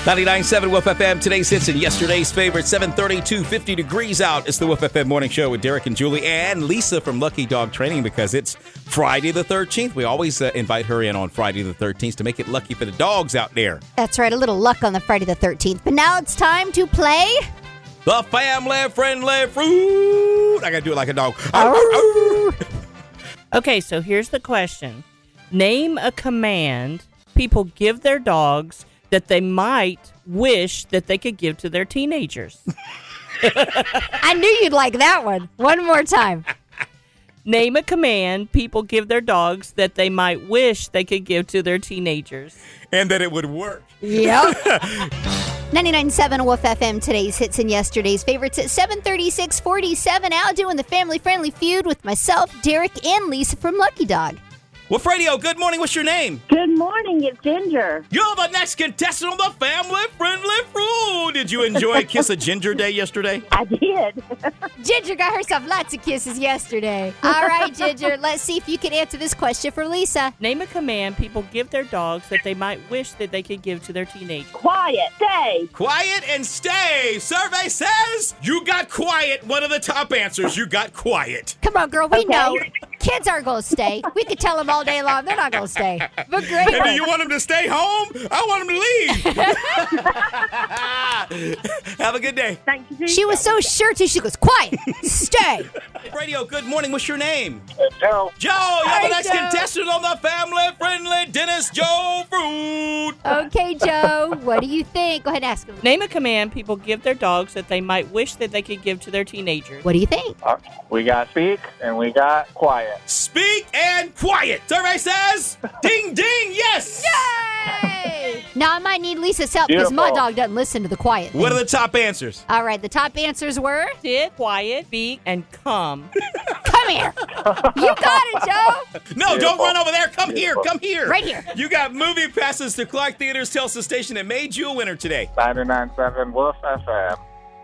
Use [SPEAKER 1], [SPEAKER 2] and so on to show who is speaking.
[SPEAKER 1] 99.7 Wolf FM, today's hits and yesterday's favorite. 732, 50 degrees out. It's the Wolf FM Morning Show with Derek and Julie and Lisa from Lucky Dog Training because it's Friday the 13th. We always uh, invite her in on Friday the 13th to make it lucky for the dogs out there.
[SPEAKER 2] That's right, a little luck on the Friday the 13th. But now it's time to play.
[SPEAKER 1] The family friendly fruit. I gotta do it like a dog. Arr, arr.
[SPEAKER 3] Okay, so here's the question Name a command people give their dogs that they might wish that they could give to their teenagers.
[SPEAKER 2] I knew you'd like that one. One more time.
[SPEAKER 3] Name a command people give their dogs that they might wish they could give to their teenagers.
[SPEAKER 1] And that it would work.
[SPEAKER 2] Yep. 99.7 Wolf FM, today's hits and yesterday's favorites at 736.47 out doing the family-friendly feud with myself, Derek, and Lisa from Lucky Dog.
[SPEAKER 1] Wolf Radio, good morning. What's your name?
[SPEAKER 4] Good morning, it's Ginger.
[SPEAKER 1] You're the next contestant on the family friendly fruit. Did you enjoy Kiss a Ginger Day yesterday?
[SPEAKER 4] I did.
[SPEAKER 2] Ginger got herself lots of kisses yesterday. All right, Ginger, let's see if you can answer this question for Lisa.
[SPEAKER 3] Name a command people give their dogs that they might wish that they could give to their teenagers.
[SPEAKER 4] Quiet, stay.
[SPEAKER 1] Quiet and stay. Survey says you got quiet. One of the top answers. You got quiet.
[SPEAKER 2] Come on, girl, we
[SPEAKER 4] Okay.
[SPEAKER 2] know. Kids aren't going to stay. We could tell them all day long. They're not going to stay. But great.
[SPEAKER 1] Hey, do
[SPEAKER 2] one.
[SPEAKER 1] you want him to stay home? I want him to leave. Have a good day.
[SPEAKER 4] Thank you.
[SPEAKER 2] She was so sure too. She goes, quiet, stay.
[SPEAKER 1] Radio, good morning. What's your name?
[SPEAKER 5] Joe,
[SPEAKER 1] Joe, you're the
[SPEAKER 2] Hey,
[SPEAKER 1] next
[SPEAKER 2] Joe.
[SPEAKER 1] contestant on the family friendly Dennis Joe Fruit.
[SPEAKER 2] Okay, Joe, what do you think? Go ahead and ask him.
[SPEAKER 3] Name a command people give their dogs that they might wish that they could give to their teenagers.
[SPEAKER 2] What do you think?
[SPEAKER 5] uh, we got speak and we got quiet.
[SPEAKER 1] Speak and quiet. Survey says ding ding, yes.
[SPEAKER 2] Now I might need Lisa's help because my
[SPEAKER 5] Beautiful.
[SPEAKER 2] dog doesn't listen to the quiet.
[SPEAKER 1] What are
[SPEAKER 2] thing.
[SPEAKER 1] the top answers?
[SPEAKER 2] All right, the top answers were
[SPEAKER 3] Sit, quiet, be, and come.
[SPEAKER 2] come here. you got it, Joe.
[SPEAKER 1] No, don't
[SPEAKER 5] Beautiful.
[SPEAKER 1] run over there. Come here.
[SPEAKER 5] Beautiful.
[SPEAKER 1] Come here.
[SPEAKER 2] Right here.
[SPEAKER 1] You got movie passes to Clark Theater's Tulsa Station that made you a winner today.
[SPEAKER 5] 99.7 Wolf FM.